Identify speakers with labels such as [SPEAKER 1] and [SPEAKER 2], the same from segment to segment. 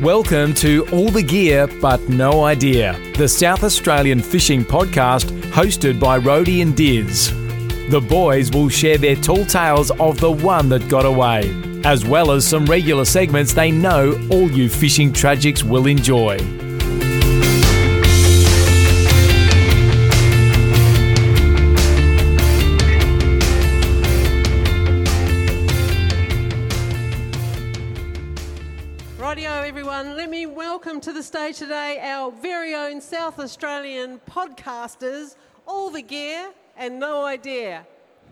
[SPEAKER 1] Welcome to All the Gear But No Idea, the South Australian fishing podcast hosted by Rody and Diz. The boys will share their tall tales of the one that got away, as well as some regular segments they know all you fishing tragics will enjoy.
[SPEAKER 2] Rightio, everyone. Let me welcome to the stage today our very own South Australian podcasters, all the gear and no idea.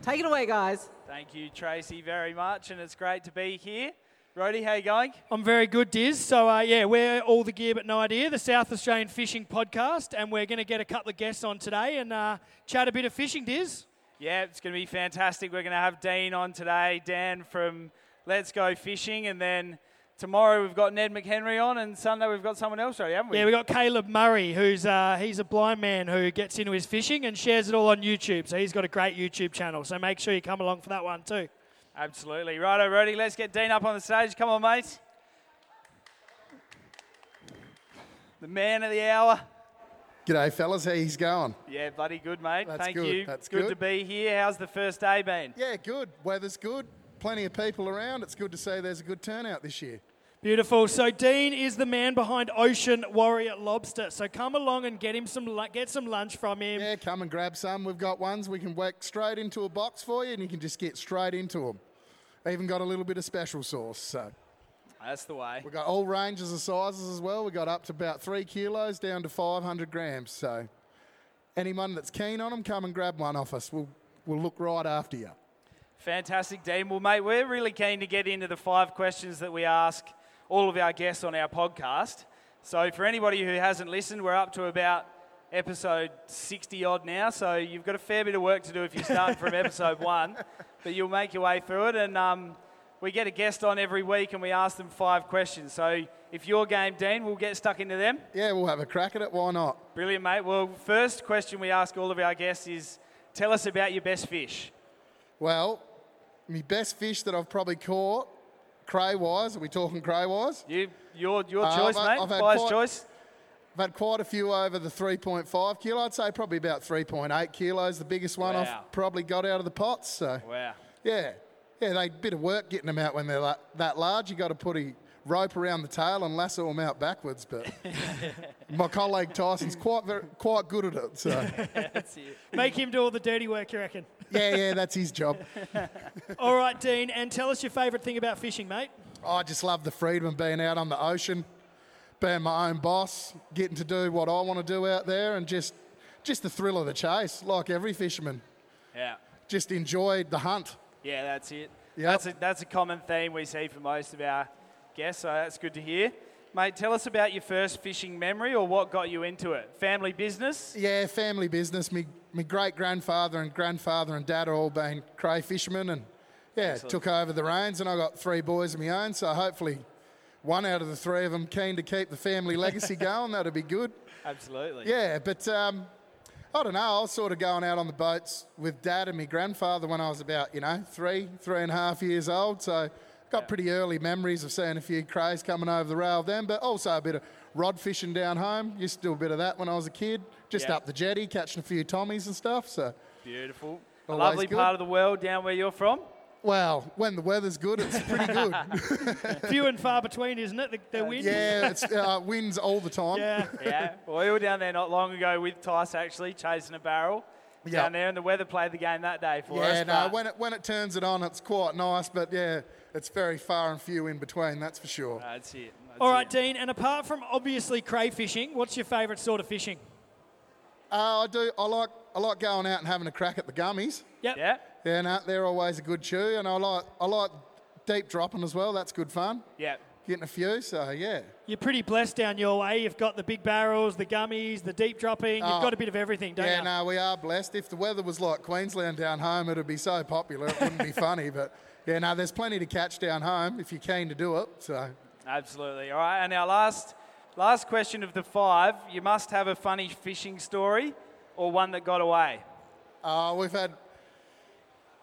[SPEAKER 2] Take it away, guys.
[SPEAKER 3] Thank you, Tracy, very much, and it's great to be here. Rody, how you going?
[SPEAKER 4] I'm very good, Diz. So, uh, yeah, we're all the gear but no idea, the South Australian Fishing Podcast, and we're going to get a couple of guests on today and uh, chat a bit of fishing, Diz.
[SPEAKER 3] Yeah, it's going to be fantastic. We're going to have Dean on today, Dan from Let's Go Fishing, and then tomorrow we've got Ned McHenry on, and Sunday we've got someone else, Rody, haven't we?
[SPEAKER 4] Yeah, we got Caleb Murray, who's uh, he's a blind man who gets into his fishing and shares it all on YouTube. So he's got a great YouTube channel. So make sure you come along for that one too.
[SPEAKER 3] Absolutely. Righto, Rody, let's get Dean up on the stage. Come on, mate. The man of the hour.
[SPEAKER 5] G'day, fellas. How he's going?
[SPEAKER 3] Yeah, bloody good, mate.
[SPEAKER 5] That's
[SPEAKER 3] Thank
[SPEAKER 5] good,
[SPEAKER 3] you.
[SPEAKER 5] that's
[SPEAKER 3] good,
[SPEAKER 5] good.
[SPEAKER 3] to be here. How's the first day been?
[SPEAKER 5] Yeah, good. Weather's good. Plenty of people around. It's good to see there's a good turnout this year.
[SPEAKER 4] Beautiful. So Dean is the man behind Ocean Warrior Lobster. So come along and get him some lu- get some lunch from him.
[SPEAKER 5] Yeah, come and grab some. We've got ones we can whack straight into a box for you, and you can just get straight into them. Even got a little bit of special sauce. So
[SPEAKER 3] That's the way.
[SPEAKER 5] we've got all ranges of sizes as well. We got up to about three kilos down to 500 grams. So anyone that's keen on them, come and grab one off us. We'll we'll look right after you.
[SPEAKER 3] Fantastic, Dean. Well, mate, we're really keen to get into the five questions that we ask all of our guests on our podcast. So, for anybody who hasn't listened, we're up to about episode 60 odd now. So, you've got a fair bit of work to do if you start from episode one, but you'll make your way through it. And um, we get a guest on every week and we ask them five questions. So, if you're game, Dean, we'll get stuck into them.
[SPEAKER 5] Yeah, we'll have a crack at it. Why not?
[SPEAKER 3] Brilliant, mate. Well, first question we ask all of our guests is tell us about your best fish.
[SPEAKER 5] Well, my best fish that I've probably caught, cray wise. Are we talking cray wise?
[SPEAKER 3] You, your your
[SPEAKER 5] Uh,
[SPEAKER 3] choice,
[SPEAKER 5] I've-
[SPEAKER 3] mate.
[SPEAKER 5] I've had
[SPEAKER 3] Buyer's
[SPEAKER 5] quite-
[SPEAKER 3] choice.
[SPEAKER 5] I've had quite a few over the 3.5 kilo. I'd say probably about 3.8 kilos, the biggest one
[SPEAKER 3] Wow.
[SPEAKER 5] I've probably got out of the pots. So
[SPEAKER 3] Wow.
[SPEAKER 5] yeah, yeah, they bit of work getting them out when they're la- that large. You got to put a rope around the tail and lasso them out backwards. But my colleague Tyson's quite very, quite good at it. So
[SPEAKER 4] Make him do all the dirty work, you reckon?
[SPEAKER 5] yeah, yeah, that's his job.
[SPEAKER 4] All right, Dean, and tell us your favourite thing about fishing, mate.
[SPEAKER 5] I just love the freedom of being out on the ocean, being my own boss, getting to do what I want to do out there, and just just the thrill of the chase, like every fisherman.
[SPEAKER 3] Yeah.
[SPEAKER 5] Just enjoy the hunt.
[SPEAKER 3] Yeah, that's it.
[SPEAKER 5] Yep.
[SPEAKER 3] That's, a, that's a common theme we see for most of our guests, so that's good to hear. Mate, tell us about your first fishing memory or what got you into it. Family business?
[SPEAKER 5] Yeah, family business. Me, my great grandfather and grandfather and dad are all been cray fishermen, and yeah, took over the reins. And I got three boys of my own, so hopefully, one out of the three of them keen to keep the family legacy going. That'd be good.
[SPEAKER 3] Absolutely.
[SPEAKER 5] Yeah, but um, I don't know. I was sort of going out on the boats with dad and my grandfather when I was about, you know, three, three and a half years old. So got pretty early memories of seeing a few crays coming over the rail then, but also a bit of rod fishing down home. Used to do a bit of that when I was a kid, just
[SPEAKER 3] Yeah.
[SPEAKER 5] up the jetty, catching a few tommies and stuff. So,
[SPEAKER 3] Beautiful.
[SPEAKER 5] Always
[SPEAKER 3] a lovely
[SPEAKER 5] good.
[SPEAKER 3] part of the world down where you're from.
[SPEAKER 5] well, when the weather's good, it's pretty good.
[SPEAKER 4] Few and far between, isn't it? The, the wind.
[SPEAKER 5] yeah, it's uh, winds all the time.
[SPEAKER 4] Yeah.
[SPEAKER 3] Yeah. well, we were down there not long ago with Tice actually, chasing a barrel
[SPEAKER 5] Yeah.
[SPEAKER 3] down there, and the weather played the game that day for us.
[SPEAKER 5] Yeah, no,
[SPEAKER 3] but-
[SPEAKER 5] when it, when it turns it on, it's quite nice, but yeah, it's very far and few in between, that's for sure.
[SPEAKER 3] That's it. That's
[SPEAKER 4] All right,
[SPEAKER 3] it.
[SPEAKER 4] Dean. And apart from obviously cray fishing, what's your favourite sort of fishing?
[SPEAKER 5] Uh, I do. I like I like going out and having a crack at the gummies.
[SPEAKER 4] Yep.
[SPEAKER 3] Yeah.
[SPEAKER 5] Yeah, no, they're always a good chew, and I like I like deep dropping as well. That's good fun.
[SPEAKER 3] Yeah.
[SPEAKER 5] Getting a few, so yeah.
[SPEAKER 4] You're pretty blessed down your way. You've got the big barrels, the gummies, the deep dropping. You've
[SPEAKER 5] Oh.
[SPEAKER 4] got a bit of everything, don't
[SPEAKER 5] yeah,
[SPEAKER 4] you?
[SPEAKER 5] no, we are blessed. If the weather was like Queensland down home, it'd be so popular. It wouldn't be funny, but yeah, no, there's plenty to catch down home if you're keen to do it. So
[SPEAKER 3] Absolutely. All right. And our last last question of the five, you must have a funny fishing story or one that got away.
[SPEAKER 5] uh, we've had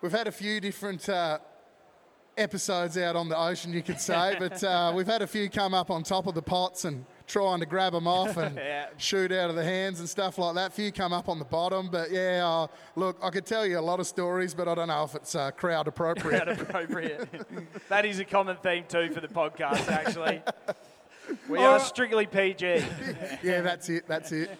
[SPEAKER 5] we've had a few different uh, episodes out on the ocean, you could say. but uh, we've had a few come up on top of the pots and trying to grab them off and shoot out of the hands and stuff like that. Few come up on the bottom, but yeah, uh, look, I could tell you a lot of stories, but I don't know if it's uh, crowd appropriate.
[SPEAKER 3] Not appropriate. that is a common theme too for the podcast, actually. We are strictly PG.
[SPEAKER 5] yeah, that's it. That's it.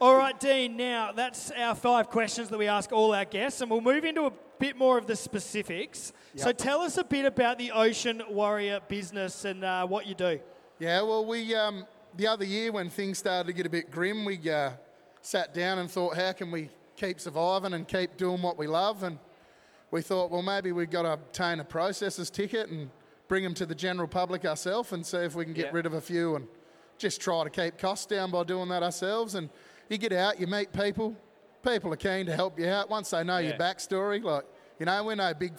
[SPEAKER 4] All right, Dean, now that's our five questions that we ask all our guests, and we'll move into a bit more of the specifics. So tell us a bit about the Ocean Warrior business and uh, what you do.
[SPEAKER 5] Yeah, well, we um, the other year when things started to get a bit grim, we uh, sat down and thought, how can we keep surviving and keep doing what we love? And we thought, well, maybe we've got to obtain a processor's ticket and bring them to the general public ourselves and see if we can get
[SPEAKER 3] Yeah.
[SPEAKER 5] rid of a few and just try to keep costs down by doing that ourselves. And you get out, you meet people. People are keen to help you out once they know your
[SPEAKER 3] Yeah.
[SPEAKER 5] backstory. Like, you know, we're no big,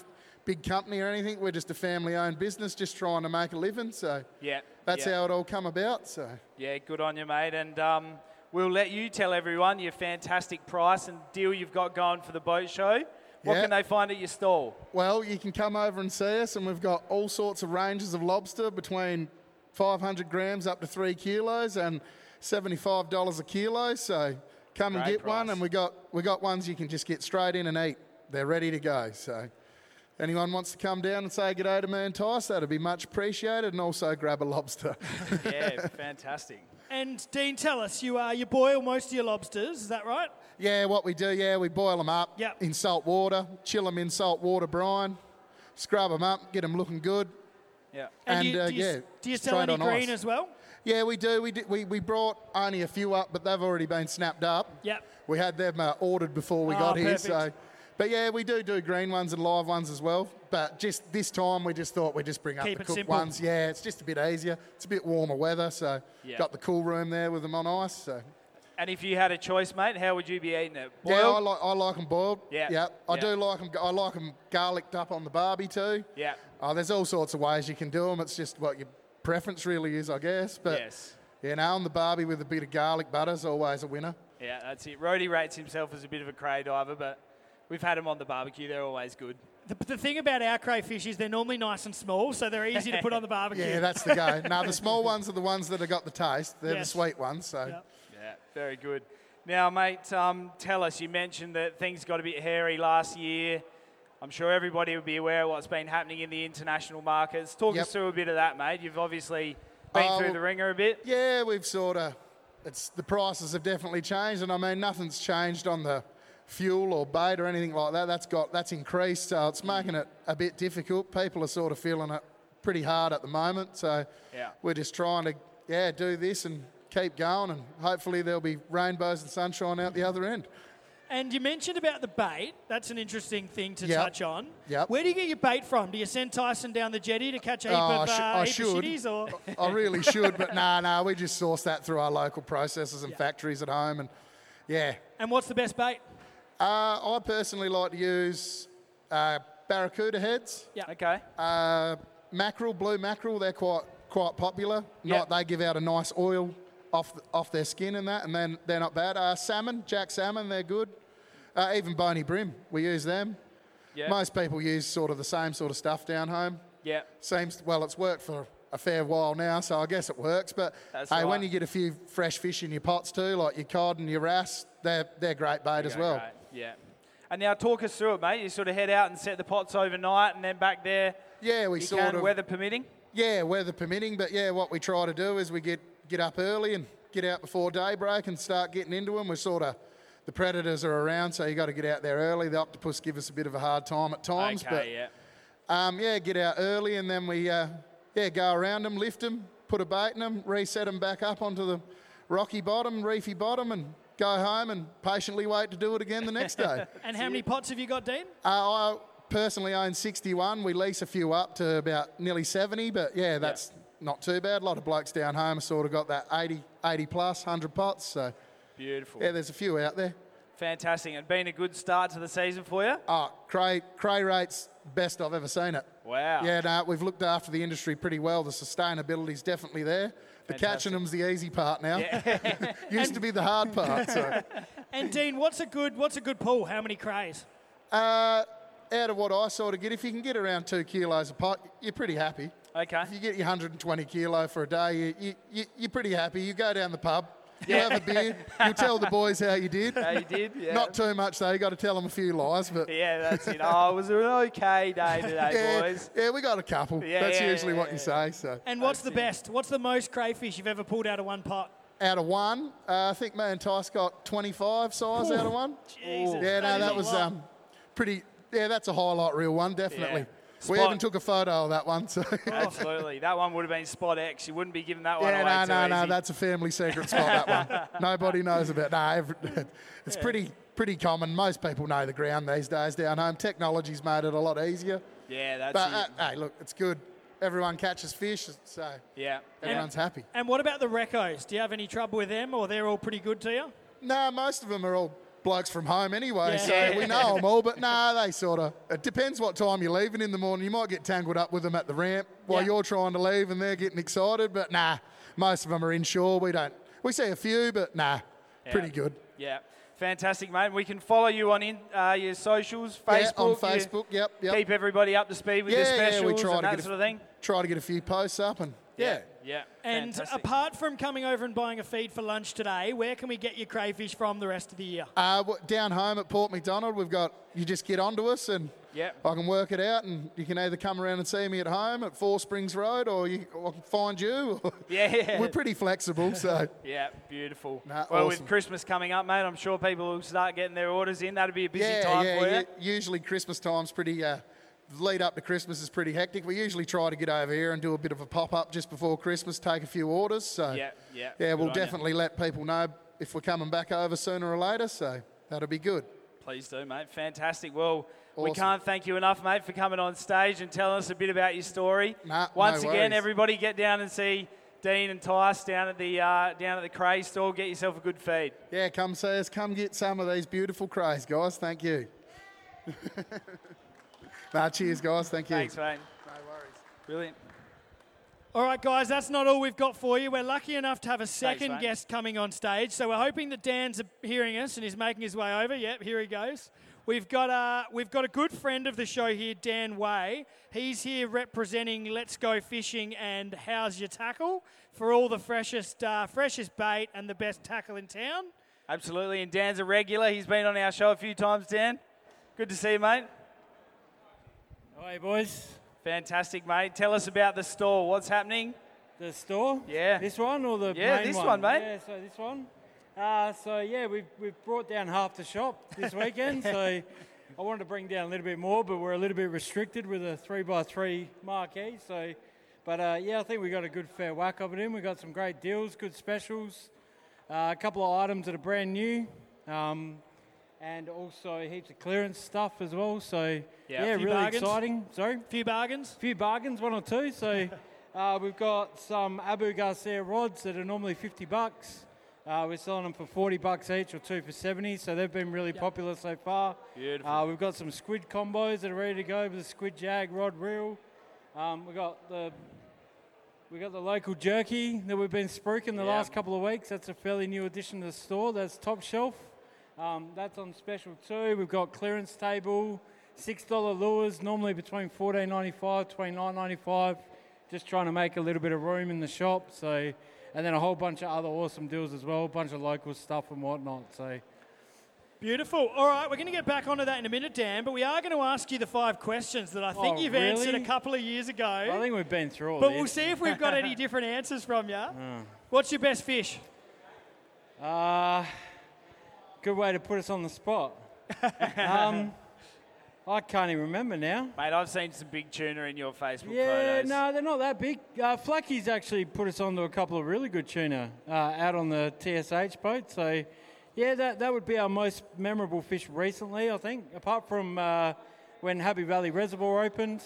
[SPEAKER 5] big company or anything. We're just a family-owned business, just trying to make a living. So
[SPEAKER 3] Yeah.
[SPEAKER 5] that's
[SPEAKER 3] yeah.
[SPEAKER 5] how it all come about. So.
[SPEAKER 3] Yeah, good on you, mate. And um, we'll let you tell everyone your fantastic price and deal you've got going for the boat show. What
[SPEAKER 5] Yeah.
[SPEAKER 3] can they find at your stall?
[SPEAKER 5] Well, you can come over and see us, and we've got all sorts of ranges of lobster between 500 grams up to three kilos and $75 a kilo. So come and
[SPEAKER 3] Great
[SPEAKER 5] get one,
[SPEAKER 3] price.
[SPEAKER 5] and we got we got ones you can just get straight in and eat. They're ready to go. So anyone wants to come down and say good day to me and Tice, that'd be much appreciated, and also grab a lobster.
[SPEAKER 3] Yeah, fantastic.
[SPEAKER 4] And Dean, tell us, you, uh, you boil most of your lobsters, is that right?
[SPEAKER 5] yeah, what we do, yeah, we boil them up
[SPEAKER 4] Yep.
[SPEAKER 5] in salt water, chill them in salt water brine, scrub them up, get them looking good.
[SPEAKER 3] Yeah.
[SPEAKER 5] And,
[SPEAKER 4] you,
[SPEAKER 5] uh,
[SPEAKER 4] do you, s-
[SPEAKER 5] yeah,
[SPEAKER 4] do you sell
[SPEAKER 5] straight
[SPEAKER 4] any
[SPEAKER 5] on ice.
[SPEAKER 4] green as well?
[SPEAKER 5] Yeah, we do. We, did, we we brought only a few up, but they've already been snapped up.
[SPEAKER 4] Yep.
[SPEAKER 5] We had them uh, ordered before we
[SPEAKER 4] Ah,
[SPEAKER 5] got here,
[SPEAKER 4] perfect.
[SPEAKER 5] so. But yeah, we do do green ones and live ones as well. But just this time, we just thought we'd just bring up
[SPEAKER 4] Keep
[SPEAKER 5] the
[SPEAKER 4] it
[SPEAKER 5] cooked
[SPEAKER 4] simple.
[SPEAKER 5] ones. Yeah, it's just a bit easier. It's a bit warmer weather, so
[SPEAKER 3] Yeah.
[SPEAKER 5] got the cool room there with them on ice. So
[SPEAKER 3] And if you had a choice, mate, how would you be eating it?
[SPEAKER 5] yeah, I
[SPEAKER 3] Boiled?
[SPEAKER 5] like I like them boiled.
[SPEAKER 3] Yeah,
[SPEAKER 5] Yep. I
[SPEAKER 3] yeah.
[SPEAKER 5] do like them. I like them garlicked up on the barbie too.
[SPEAKER 3] Yeah.
[SPEAKER 5] Oh, there's all sorts of ways you can do them. It's just what your preference really is, I guess. But
[SPEAKER 3] yes.
[SPEAKER 5] you know, on the barbie with a bit of garlic butter is always a winner.
[SPEAKER 3] Yeah, that's it. Rody rates himself as a bit of a cray diver, but we've had him on the barbecue. They're always good.
[SPEAKER 4] The, the thing about our crayfish is they're normally nice and small, so they're easy to put on the barbecue.
[SPEAKER 5] Yeah, that's the go. now the small ones are the ones that have got the taste. They're
[SPEAKER 4] Yes.
[SPEAKER 5] the sweet ones. So
[SPEAKER 4] Yep.
[SPEAKER 3] Yeah, very good. Now, mate, um, tell us. You mentioned that things got a bit hairy last year. I'm sure everybody would be aware of what's been happening in the international markets. Talk
[SPEAKER 5] Yep.
[SPEAKER 3] us through a bit of that, mate. You've obviously been
[SPEAKER 5] Uh,
[SPEAKER 3] through
[SPEAKER 5] well-
[SPEAKER 3] the ringer a bit.
[SPEAKER 5] yeah, we've sort of. It's the prices have definitely changed, and I mean nothing's changed on the fuel or bait or anything like that. That's got that's increased, so it's making it a bit difficult. People are sort of feeling it pretty hard at the moment. So
[SPEAKER 3] Yeah.
[SPEAKER 5] we're just trying to yeah do this and keep going, and hopefully there'll be rainbows and sunshine out the other end.
[SPEAKER 4] And you mentioned about the bait. That's an interesting thing to
[SPEAKER 5] Yep.
[SPEAKER 4] touch on.
[SPEAKER 5] Yep.
[SPEAKER 4] Where do you get your bait from? Do you send Tyson down the jetty to catch a heap
[SPEAKER 5] Oh, I
[SPEAKER 4] of,
[SPEAKER 5] sh-
[SPEAKER 4] uh,
[SPEAKER 5] I
[SPEAKER 4] heap of
[SPEAKER 5] should.
[SPEAKER 4] shitties? Or?
[SPEAKER 5] I really should, but nah, nah, we just source that through our local processors and factories at home. And yeah,
[SPEAKER 4] And what's the best bait?
[SPEAKER 5] uh, I personally like to use uh, barracuda heads,
[SPEAKER 3] Okay.
[SPEAKER 5] uh, mackerel, blue mackerel. They're quite quite popular.
[SPEAKER 3] Yeah.
[SPEAKER 5] Not they give out a nice oil off th- off their skin and that, and then they're not bad. Uh, salmon, jack salmon, they're good. Uh, even bony brim, we use them.
[SPEAKER 3] Yeah.
[SPEAKER 5] Most people use sort of the same sort of stuff down home.
[SPEAKER 3] yeah.
[SPEAKER 5] Seems well, it's worked for a fair while now, so I guess it works. But
[SPEAKER 3] That's
[SPEAKER 5] hey,
[SPEAKER 3] right.
[SPEAKER 5] when you get a few fresh fish in your pots too, like your cod and your wrasse, they're they're great bait as
[SPEAKER 3] Okay,
[SPEAKER 5] well.
[SPEAKER 3] great. Yeah. And now talk us through it, mate. You sort of head out and set the pots overnight, and then back there.
[SPEAKER 5] Yeah, we
[SPEAKER 3] you
[SPEAKER 5] sort
[SPEAKER 3] can,
[SPEAKER 5] of
[SPEAKER 3] weather permitting.
[SPEAKER 5] yeah weather permitting, but yeah, what we try to do is we get get up early and get out before daybreak and start getting into them. We're sort of the predators are around, so you got to get out there early. The octopus give us a bit of a hard time at times, but
[SPEAKER 3] Okay. Yeah.
[SPEAKER 5] Um, yeah, get out early and then we uh, yeah go around them, lift them, put a bait in them, reset them back up onto the rocky bottom, reefy bottom, and go home and patiently wait to do it again the next day.
[SPEAKER 4] And how many pots have you got, Dean?
[SPEAKER 5] uh, I personally own 61. We lease a few up to about nearly 70, but yeah, that's not too bad. A lot of blokes down home have sort of got that 80, 80 plus, 100 pots. So
[SPEAKER 3] Beautiful.
[SPEAKER 5] yeah, there's a few out there.
[SPEAKER 3] Fantastic. And been a good start to the season for you.
[SPEAKER 5] Oh, cray, cray rates best I've ever seen it.
[SPEAKER 3] Wow.
[SPEAKER 5] Yeah, no, we've looked after the industry pretty well. The sustainability's definitely there. The catching them's the easy part now. Used to be the hard part. So.
[SPEAKER 4] And Dean, what's a good what's a good pool? How many crays?
[SPEAKER 5] Uh, out of what I sort of get, if you can get around two kilos a pot, you're pretty happy.
[SPEAKER 3] Okay.
[SPEAKER 5] If you get your 120 kilo for a day, you, you, you, you're pretty happy. You go down the pub, you have a beer, you tell the boys how you did.
[SPEAKER 3] How you did? Yeah.
[SPEAKER 5] Not too much though. You got to tell them a few lies, but
[SPEAKER 3] yeah, that's it. Oh, it was an okay day today,
[SPEAKER 5] yeah,
[SPEAKER 3] boys.
[SPEAKER 5] yeah, we got a couple.
[SPEAKER 3] Yeah,
[SPEAKER 5] That's
[SPEAKER 3] yeah,
[SPEAKER 5] usually
[SPEAKER 3] yeah,
[SPEAKER 5] what
[SPEAKER 3] yeah.
[SPEAKER 5] you say. So
[SPEAKER 4] And what's the best? What's the most crayfish you've ever pulled out of one pot?
[SPEAKER 5] out of one, uh, I think me and Tice got 25 size out of one.
[SPEAKER 4] Jesus, that
[SPEAKER 5] Yeah, no,
[SPEAKER 4] is a
[SPEAKER 5] that was
[SPEAKER 4] lot.
[SPEAKER 5] um, pretty. Yeah, that's a highlight reel one, definitely.
[SPEAKER 3] Yeah.
[SPEAKER 5] We
[SPEAKER 3] Spot.
[SPEAKER 5] even took a photo of that one. So
[SPEAKER 3] Absolutely. That one would have been spot X. You wouldn't be giving that one
[SPEAKER 5] yeah,
[SPEAKER 3] away
[SPEAKER 5] no,
[SPEAKER 3] too
[SPEAKER 5] no,
[SPEAKER 3] easy.
[SPEAKER 5] no, that's a family secret spot. That one. Nobody knows about. No, every, it's pretty pretty common. Most people know the ground these days down home. Technology's made it a lot easier.
[SPEAKER 3] yeah, that's
[SPEAKER 5] But
[SPEAKER 3] it.
[SPEAKER 5] uh, hey, look, it's good. Everyone catches fish, so
[SPEAKER 3] yeah.
[SPEAKER 5] everyone's happy.
[SPEAKER 4] And what about the Recos? Do you have any trouble with them or they're all pretty good to you?
[SPEAKER 5] Nah, most of them are all blokes from home anyway,
[SPEAKER 4] Yeah.
[SPEAKER 5] so we know them all. But nah, they sort of. It depends what time you're leaving in the morning. You might get tangled up with them at the ramp while
[SPEAKER 4] Yeah.
[SPEAKER 5] you're trying to leave, and they're getting excited. But nah, most of them are inshore. We don't. We see a few, but nah, pretty good.
[SPEAKER 3] Yeah. Fantastic, mate. We can follow you on in, uh, your socials, Facebook.
[SPEAKER 5] Yeah, on
[SPEAKER 3] you
[SPEAKER 5] Facebook. Yep, yep.
[SPEAKER 3] Keep everybody up to speed with your
[SPEAKER 5] yeah,
[SPEAKER 3] specials
[SPEAKER 5] yeah, we try
[SPEAKER 3] and
[SPEAKER 5] to
[SPEAKER 3] that
[SPEAKER 5] get
[SPEAKER 3] sort of
[SPEAKER 5] a,
[SPEAKER 3] thing.
[SPEAKER 5] Try to get a few posts up, and yeah.
[SPEAKER 3] Yeah.
[SPEAKER 4] And
[SPEAKER 3] Fantastic.
[SPEAKER 4] apart from coming over and buying a feed for lunch today, where can we get your crayfish from the rest of the year?
[SPEAKER 5] Uh, w- down home at Port McDonald, we've got you just get onto us and
[SPEAKER 3] Yep.
[SPEAKER 5] I can work it out, and you can either come around and see me at home at Four Springs Road, or, you, or I can find you. or-
[SPEAKER 3] Yeah.
[SPEAKER 5] we're pretty flexible, so
[SPEAKER 3] yeah, beautiful.
[SPEAKER 5] Nah,
[SPEAKER 3] well,
[SPEAKER 5] awesome.
[SPEAKER 3] with Christmas coming up, mate, I'm sure people will start getting their orders in. That'll be a busy
[SPEAKER 5] yeah,
[SPEAKER 3] time for you.
[SPEAKER 5] yeah. u- Usually Christmas time's pretty. Uh, lead up to Christmas is pretty hectic. We usually try to get over here and do a bit of a pop up just before Christmas, take a few orders. So
[SPEAKER 3] Yeah, yeah,
[SPEAKER 5] yeah,
[SPEAKER 3] good
[SPEAKER 5] we'll
[SPEAKER 3] on ya.
[SPEAKER 5] definitely let people know if we're coming back over sooner or later. So that'll be good.
[SPEAKER 3] Please do, mate. Fantastic. Well, we
[SPEAKER 5] Awesome.
[SPEAKER 3] can't thank you enough, mate, for coming on stage and telling us a bit about your story.
[SPEAKER 5] Nah,
[SPEAKER 3] Once
[SPEAKER 5] no
[SPEAKER 3] again,
[SPEAKER 5] worries.
[SPEAKER 3] everybody get down and see Dean and Tice down at the uh, down at the Cray store. Get yourself a good feed.
[SPEAKER 5] Yeah, come see us. Come get some of these beautiful crays, guys. Thank you. nah, cheers, guys. Thank you.
[SPEAKER 3] Thanks, mate. No worries. Brilliant.
[SPEAKER 4] All right, guys, that's not all we've got for you. We're lucky enough to have a second
[SPEAKER 3] mate.
[SPEAKER 4] guest coming on stage, so we're hoping that Dan's hearing us and he's making his way over. Yep, here he goes. We've got a we've got a good friend of the show here, Dan Way. He's here representing Let's Go Fishing and How's Your Tackle for all the freshest uh, freshest bait and the best tackle in town.
[SPEAKER 3] Absolutely. And Dan's a regular. He's been on our show a few times, Dan. Good to see you, mate.
[SPEAKER 6] Hi boys,
[SPEAKER 3] Fantastic, mate. Tell us about the store. What's happening?
[SPEAKER 6] the store.
[SPEAKER 3] Yeah.
[SPEAKER 6] This one or the
[SPEAKER 3] Yeah,
[SPEAKER 6] main
[SPEAKER 3] this
[SPEAKER 6] one?
[SPEAKER 3] one, mate.
[SPEAKER 6] Yeah, so this one. Uh, so yeah, we've we've brought down half the shop this weekend. so I wanted to bring down a little bit more, but we're a little bit restricted with a three by three marquee. So, but uh, yeah, I think we got a good fair whack of it in. We got some great deals, good specials, uh, a couple of items that are brand new. Um, and also heaps of clearance stuff as well. So
[SPEAKER 3] Yeah.
[SPEAKER 6] yeah
[SPEAKER 3] Few
[SPEAKER 6] really
[SPEAKER 4] bargains.
[SPEAKER 6] exciting. Sorry
[SPEAKER 4] Few bargains.
[SPEAKER 6] few bargains, one or two. So uh, we've got some Abu Garcia rods that are normally 50 bucks. Uh, we're selling them for 40 bucks each or two for 70. So they've been really popular so far.
[SPEAKER 3] Beautiful.
[SPEAKER 6] Uh, we've got some squid combos that are ready to go with the squid jag rod reel. Um, we got the we got the local jerky that we've been spruiking the
[SPEAKER 3] Yeah.
[SPEAKER 6] last couple of weeks. That's a fairly new addition to the store. That's top shelf. Um, that's on special too. We've got clearance table, six dollar lures, normally between fourteen ninety five, twenty nine ninety five. Just trying to make a little bit of room in the shop. So, and then a whole bunch of other awesome deals as well. A bunch of local stuff and whatnot. So,
[SPEAKER 4] Beautiful. All right, we're going to get back onto that in a minute, Dan, but we are going to ask you the five questions that I think
[SPEAKER 6] Oh,
[SPEAKER 4] you've answered
[SPEAKER 6] really? Oh,
[SPEAKER 4] a couple of years ago.
[SPEAKER 6] I think we've been through all
[SPEAKER 4] but
[SPEAKER 6] this.
[SPEAKER 4] we'll see if we've got any different answers from you.
[SPEAKER 6] Hmm.
[SPEAKER 4] What's your best fish?
[SPEAKER 6] Uh, good way to put us on the spot. um, I can't even remember now.
[SPEAKER 3] Mate, I've seen some big tuna in your Facebook
[SPEAKER 6] Yeah,
[SPEAKER 3] photos.
[SPEAKER 6] no, they're not that big. Uh, Flacky's actually put us onto a couple of really good tuna uh, out on the TSH boat. So, yeah, that, that would be our most memorable fish recently, I think, apart from uh, when Happy Valley Reservoir opened.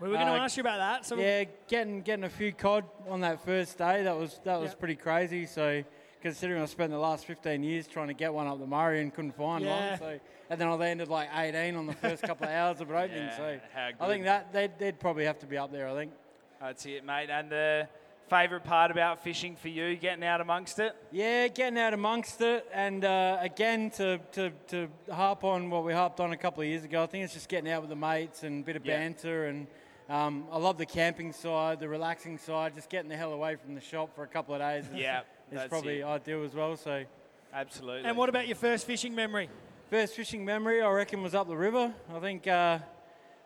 [SPEAKER 4] We were going to
[SPEAKER 6] Uh,
[SPEAKER 4] ask you about that.
[SPEAKER 3] Hmm.
[SPEAKER 4] So
[SPEAKER 6] Yeah, getting getting a few cod on that first day that was that was
[SPEAKER 4] Yep.
[SPEAKER 6] pretty crazy. So considering I spent the last 15 years trying to get one up the Murray and couldn't find
[SPEAKER 4] Yeah.
[SPEAKER 6] one, so and then I landed like 18 on the first couple of hours of it opening.
[SPEAKER 3] Yeah,
[SPEAKER 6] so
[SPEAKER 3] how
[SPEAKER 6] I
[SPEAKER 3] good.
[SPEAKER 6] think that they'd, they'd probably have to be up there. I think.
[SPEAKER 3] That's it, mate. And the favourite part about fishing for you, getting out amongst it?
[SPEAKER 6] Yeah, getting out amongst it, and uh, again to, to, to harp on what we harped on a couple of years ago. I think it's just getting out with the mates and a bit of
[SPEAKER 3] Yeah.
[SPEAKER 6] banter, and um, I love the camping side, the relaxing side, just getting the hell away from the shop for a couple of days. Is,
[SPEAKER 3] Yeah,
[SPEAKER 6] is
[SPEAKER 3] that's
[SPEAKER 6] probably
[SPEAKER 3] it.
[SPEAKER 6] ideal as well. So,
[SPEAKER 3] Absolutely.
[SPEAKER 4] And what about your first fishing memory?
[SPEAKER 6] first fishing memory I reckon was up the river. I think uh,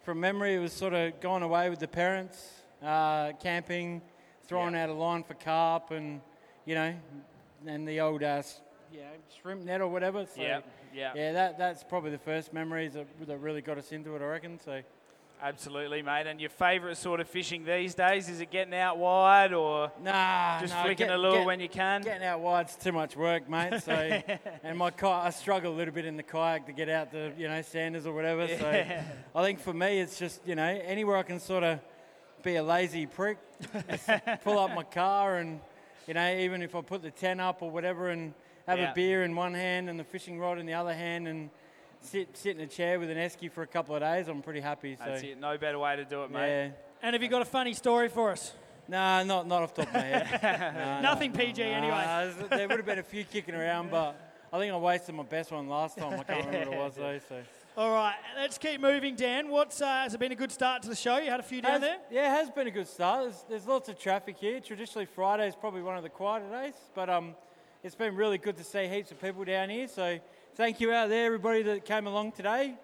[SPEAKER 6] from memory it was sort of going away with the parents, uh, camping, throwing
[SPEAKER 3] Yeah.
[SPEAKER 6] out a line for carp, and you know, and the old uh, s- yeah, shrimp net or whatever. So,
[SPEAKER 3] Yeah, yeah.
[SPEAKER 6] yeah. That that's probably the first memories that, that really got us into it. I reckon. So
[SPEAKER 3] Absolutely, mate. And your favourite sort of fishing these days is it getting out wide or
[SPEAKER 6] nah,
[SPEAKER 3] just
[SPEAKER 6] nah,
[SPEAKER 3] flicking
[SPEAKER 6] get-
[SPEAKER 3] a lure
[SPEAKER 6] get-
[SPEAKER 3] when you can?
[SPEAKER 6] Getting out wide's too much work, mate. So, and my ki- I struggle a little bit in the kayak to get out the you know sanders or whatever. So, I think for me, it's just you know anywhere I can sort of be a lazy prick, just pull up my car and you know even if I put the tent up or whatever and have
[SPEAKER 3] Yeah.
[SPEAKER 6] a beer in one hand and the fishing rod in the other hand and sit sit in a chair with an esky for a couple of days, I'm pretty happy. So,
[SPEAKER 3] That's it. No better way to do it, mate.
[SPEAKER 6] yeah.
[SPEAKER 4] And have you got a funny story for us?
[SPEAKER 6] Nah, not not off the top of my head. Uh,
[SPEAKER 4] Nothing PG anyway.
[SPEAKER 6] Nah, there's- there would have been a few kicking around, but I think I wasted my best one last time. I can't remember what it was though. So
[SPEAKER 4] All right, let's keep moving, Dan. What's uh, has it been a good start to the show? You had a few down
[SPEAKER 6] Has-
[SPEAKER 4] there.
[SPEAKER 6] yeah, it has been a good start. There's, there's lots of traffic here. Traditionally, Friday is probably one of the quieter days, but um, it's been really good to see heaps of people down here. So thank you out there, everybody that came along today.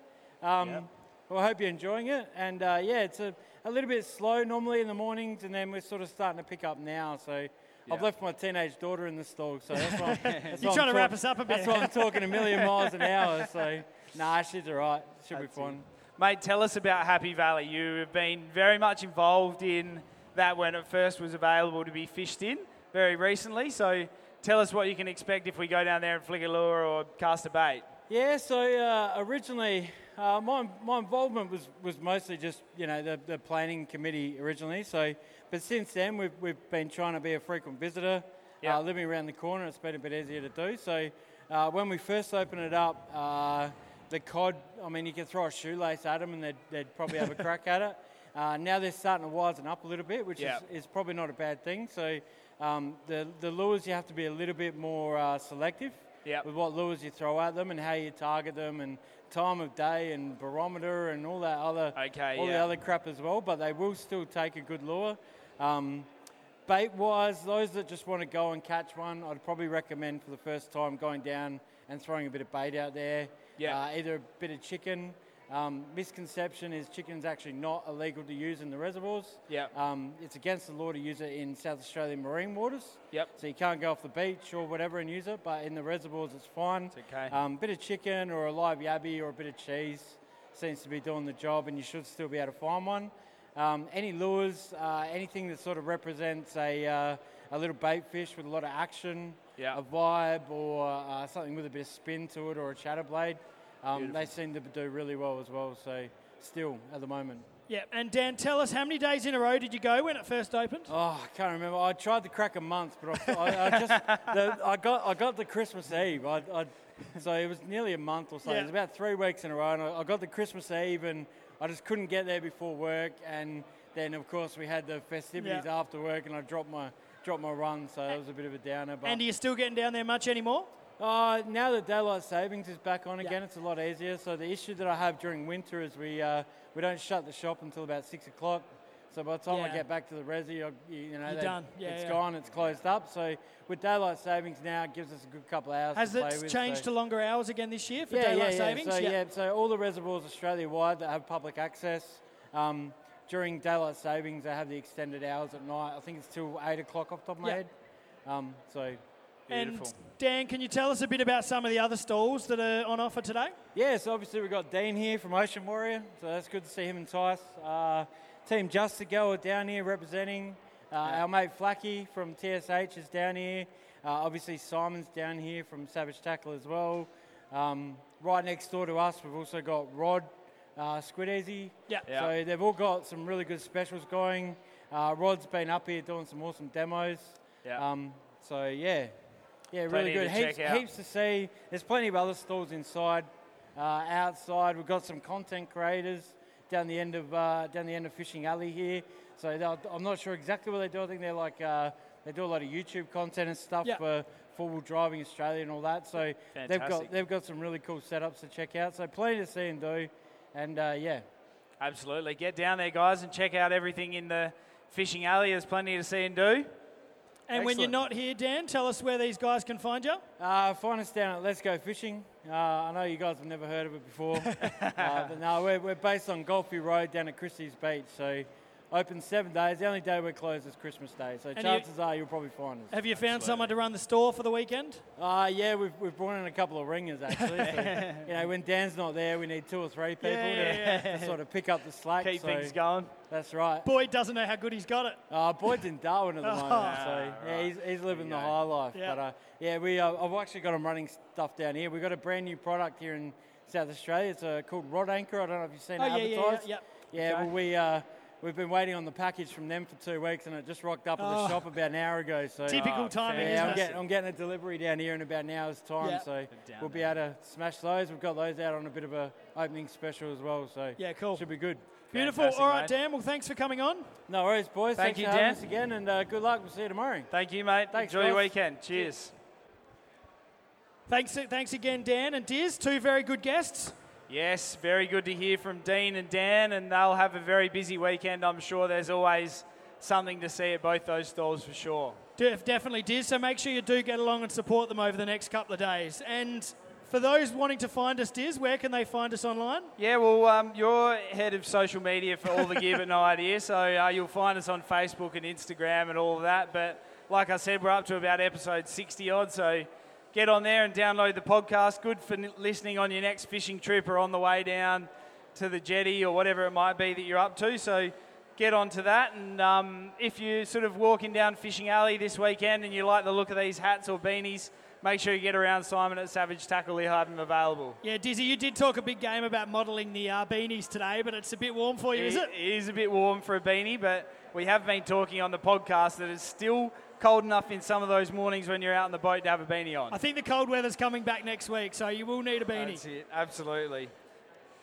[SPEAKER 6] Um, Well, I hope you're enjoying it. And uh, yeah, it's a, a little bit slow normally in the mornings, and then we're sort of starting to pick up now. So. I've left my teenage daughter in the stall, so that's why. That's
[SPEAKER 4] You're
[SPEAKER 6] why
[SPEAKER 4] trying
[SPEAKER 6] I'm
[SPEAKER 4] to wrap
[SPEAKER 6] talk-
[SPEAKER 4] us up a bit.
[SPEAKER 6] That's why I'm talking a million miles an hour. So, nah, she's all right. She'll
[SPEAKER 3] That's
[SPEAKER 6] be fine.
[SPEAKER 3] it. Mate, tell us about Happy Valley. You have been very much involved in that when it first was available to be fished in very recently. So tell us what you can expect if we go down there and flick a lure or cast a bait.
[SPEAKER 6] Yeah, so uh, originally uh, my, my involvement was, was mostly just, you know, the, the planning committee originally. So, but since then we've, we've been trying to be a frequent visitor.
[SPEAKER 3] Yeah.
[SPEAKER 6] Uh, living around the corner, it's been a bit easier to do. So uh, when we first opened it up, uh, the cod, I mean, you could throw a shoelace at them and they'd, they'd probably have a crack at it. Uh, now they're starting to wisen up a little bit, which
[SPEAKER 3] Yeah.
[SPEAKER 6] is, is probably not a bad thing. So um, the, the lures, you have to be a little bit more uh, selective
[SPEAKER 3] Yep.
[SPEAKER 6] with what lures you throw at them and how you target them and time of day and barometer and all that other
[SPEAKER 3] Okay,
[SPEAKER 6] all the
[SPEAKER 3] yeah.
[SPEAKER 6] other crap as well. But they will still take a good lure. Um, bait wise, those that just want to go and catch one, I'd probably recommend for the first time going down and throwing a bit of bait out there.
[SPEAKER 3] Yeah.
[SPEAKER 6] Uh, either a bit of chicken. Um, misconception is chicken's actually not illegal to use in the reservoirs.
[SPEAKER 3] Yeah.
[SPEAKER 6] Um, it's against the law to use it in South Australian marine waters.
[SPEAKER 3] Yep.
[SPEAKER 6] So you can't go off the beach or whatever and use it, but in the reservoirs it's fine.
[SPEAKER 3] okay.
[SPEAKER 6] Um, bit of chicken or a live yabby or a bit of cheese seems to be doing the job, and you should still be able to find one. Um, any lures, uh, anything that sort of represents a, uh, a little bait fish with a lot of action,
[SPEAKER 3] Yeah.
[SPEAKER 6] a vibe, or uh, something with a bit of spin to it, or a chatter blade, um, they seem to do really well as well. So still at the moment.
[SPEAKER 4] Yeah, and Dan, tell us how many days in a row did you go when it first opened?
[SPEAKER 6] Oh, I can't remember. I tried to crack a month, but I, I, I just the, I got I got the Christmas Eve. I, I, so it was nearly a month or so. It
[SPEAKER 4] Yeah.
[SPEAKER 6] was about three weeks in a row, and I, I got the Christmas Eve, and I just couldn't get there before work. And then of course we had the festivities
[SPEAKER 4] Yeah.
[SPEAKER 6] after work, and I dropped my dropped my run, so it was a bit of a downer. But
[SPEAKER 4] And are you still getting down there much anymore?
[SPEAKER 6] uh, now that daylight savings is back on again, it's a lot easier. So the issue that I have during winter is we uh, we don't shut the shop until about six o'clock. So by the time I
[SPEAKER 4] Yeah.
[SPEAKER 6] get back to the resi, I, you- you know,
[SPEAKER 4] You're
[SPEAKER 6] they-
[SPEAKER 4] done. Yeah,
[SPEAKER 6] it's
[SPEAKER 4] yeah.
[SPEAKER 6] gone, it's closed up. So with daylight savings now, it gives us a good couple of hours.
[SPEAKER 4] Has
[SPEAKER 6] to play
[SPEAKER 4] it
[SPEAKER 6] with,
[SPEAKER 4] changed to
[SPEAKER 6] so-
[SPEAKER 4] longer hours again this year for daylight savings?
[SPEAKER 6] so, yeah. so all the reservoirs Australia wide that have public access um, during daylight savings, they have the extended hours at night. I think it's till eight o'clock off the top of my
[SPEAKER 4] Yeah.
[SPEAKER 6] head. Um, so
[SPEAKER 4] And
[SPEAKER 3] Beautiful.
[SPEAKER 4] Dan, can you tell us a bit about some of the other stalls that are on offer today?
[SPEAKER 6] Yeah, so obviously we've got Dean here from Ocean Warrior, so that's good to see him and Tice. Uh, Team Just to Go are down here representing. Uh, Our mate Flacky from TSH is down here. Uh, obviously Simon's down here from Savage Tackle as well. Um, right next door to us, we've also got Rod uh, Squid Easy.
[SPEAKER 4] Yeah.
[SPEAKER 3] Yeah.
[SPEAKER 6] So they've all got some really good specials going. Uh, Rod's been up here doing some awesome demos.
[SPEAKER 3] Yeah.
[SPEAKER 6] Um, so yeah,
[SPEAKER 3] Plenty
[SPEAKER 6] yeah, really good.
[SPEAKER 3] to
[SPEAKER 6] Heaps,
[SPEAKER 3] check out.
[SPEAKER 6] heaps to see. There's plenty of other stalls inside, uh, outside. We've got some content creators down the end of uh, down the end of Fishing Alley here. So they'll- I'm not sure exactly what they do. I think they're like uh, they do a lot of YouTube content and stuff
[SPEAKER 4] Yeah.
[SPEAKER 6] for four-wheel driving Australia and all that. So they've
[SPEAKER 3] Fantastic.
[SPEAKER 6] got they've got some really cool setups to check out. So plenty to see and do, and uh, yeah,
[SPEAKER 3] Absolutely. Get down there, guys, and check out everything in the fishing alley. There's plenty to see and do.
[SPEAKER 4] And when you're
[SPEAKER 3] Excellent.
[SPEAKER 4] not here, Dan, tell us where these guys can find you.
[SPEAKER 6] Uh, find us down at Let's Go Fishing. Uh, I know you guys have never heard of it before. uh, but no, we're, we're based on Golfy Road down at Christie's Beach. So open seven days. The only day we're closed is Christmas Day. So
[SPEAKER 4] you-
[SPEAKER 6] chances are you'll probably find us.
[SPEAKER 4] Have you found someone to run the store for the weekend?
[SPEAKER 6] Uh, yeah, we've, we've brought in a couple of ringers actually. So, you know, when Dan's not there, we need two or three people
[SPEAKER 4] Yeah,
[SPEAKER 6] to,
[SPEAKER 4] yeah,
[SPEAKER 6] to sort of pick up the slack.
[SPEAKER 3] Keep
[SPEAKER 6] so
[SPEAKER 3] things going.
[SPEAKER 6] That's right.
[SPEAKER 4] Boyd doesn't know how good he's got it.
[SPEAKER 6] Uh, Boyd's in Darwin at the moment, so yeah, he's, he's living the high life.
[SPEAKER 4] Yeah.
[SPEAKER 6] But uh, yeah, we uh, I've actually got him running stuff down here. We've got a brand new product here in South Australia. It's uh, called Rod Anchor. I don't know if you've seen
[SPEAKER 4] Oh,
[SPEAKER 6] it
[SPEAKER 4] yeah, yeah, yeah,
[SPEAKER 6] advertised.
[SPEAKER 4] yeah.
[SPEAKER 6] Yeah, well, we uh, we've been waiting on the package from them for two weeks, and it just rocked up at the
[SPEAKER 4] Oh.
[SPEAKER 6] shop about an hour ago. So
[SPEAKER 4] Typical
[SPEAKER 3] Oh,
[SPEAKER 4] timing,
[SPEAKER 3] fair.
[SPEAKER 6] yeah,
[SPEAKER 4] isn't
[SPEAKER 6] I'm,
[SPEAKER 4] it?
[SPEAKER 6] get, I'm getting a delivery down here in about an hour's time,
[SPEAKER 4] Yeah.
[SPEAKER 6] so
[SPEAKER 3] down
[SPEAKER 6] we'll be able to smash those. We've got those out on a bit of a opening special as well, so
[SPEAKER 4] Yeah, cool.
[SPEAKER 6] should be good.
[SPEAKER 4] Beautiful.
[SPEAKER 3] Fantastic,
[SPEAKER 4] All
[SPEAKER 3] mate.
[SPEAKER 4] right, Dan. Well, thanks for coming on.
[SPEAKER 6] No worries, boys.
[SPEAKER 3] Thank
[SPEAKER 6] Thanks
[SPEAKER 3] you,
[SPEAKER 6] for having
[SPEAKER 3] Dan.
[SPEAKER 6] us again, and uh, good luck. We'll see you tomorrow.
[SPEAKER 3] Thank you, mate.
[SPEAKER 6] Thanks,
[SPEAKER 3] Enjoy your
[SPEAKER 6] guys.
[SPEAKER 3] weekend. Cheers.
[SPEAKER 4] Thanks, thanks again, Dan and Diz. Two very good guests.
[SPEAKER 3] Yes, very good to hear from Dean and Dan, and they'll have a very busy weekend. I'm sure there's always something to see at both those stalls for sure.
[SPEAKER 4] Def- definitely Diz. So make sure you do get along and support them over the next couple of days. And for those wanting to find us, Diz, where can they find us online?
[SPEAKER 3] Yeah, well, um, you're head of social media for All the Gear But No Idea, so uh, you'll find us on Facebook and Instagram and all of that. But like I said, we're up to about episode 60 odd, so get on there and download the podcast. Good for n- listening on your next fishing trip or on the way down to the jetty or whatever it might be that you're up to. So get onto that. And um, if you're sort of walking down Fishing Alley this weekend and you like the look of these hats or beanies, make sure you get around Simon at Savage Tackle. He'll have them available.
[SPEAKER 4] Yeah, Dizzy, you did talk a big game about modelling the uh, beanies today, but it's a bit warm for you, is it?
[SPEAKER 3] It is a bit warm for a beanie, but we have been talking on the podcast that it's still cold enough in some of those mornings when you're out on the boat to have a beanie on.
[SPEAKER 4] I think the cold weather's coming back next week, so you will need a beanie.
[SPEAKER 3] That's it, absolutely.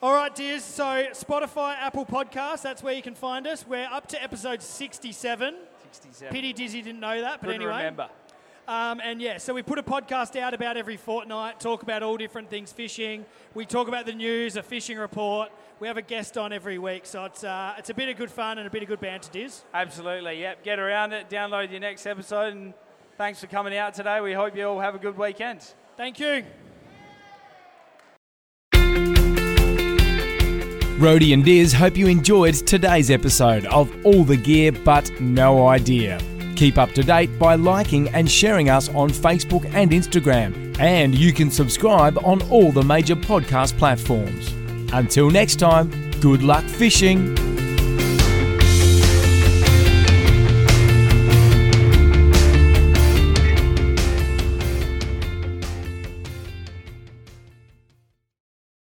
[SPEAKER 4] All right, dears. So Spotify, Apple Podcasts, that's where you can find us. We're up to episode 67.
[SPEAKER 3] 67.
[SPEAKER 4] Pity Dizzy didn't know that, but
[SPEAKER 3] Couldn't
[SPEAKER 4] anyway.
[SPEAKER 3] remember.
[SPEAKER 4] Um, and yeah, so we put a podcast out about every fortnight, talk about all different things fishing. We talk about the news, a fishing report. We have a guest on every week, so it's, uh, it's a bit of good fun and a bit of good banter, Diz.
[SPEAKER 3] Absolutely, yep. Get around it, download your next episode, and thanks for coming out today. We hope you all have a good weekend.
[SPEAKER 4] Thank you.
[SPEAKER 1] Rody and Diz hope you enjoyed today's episode of All the Gear But No Idea. Keep up to date by liking and sharing us on Facebook and Instagram, and you can subscribe on all the major podcast platforms. Until next time, good luck fishing.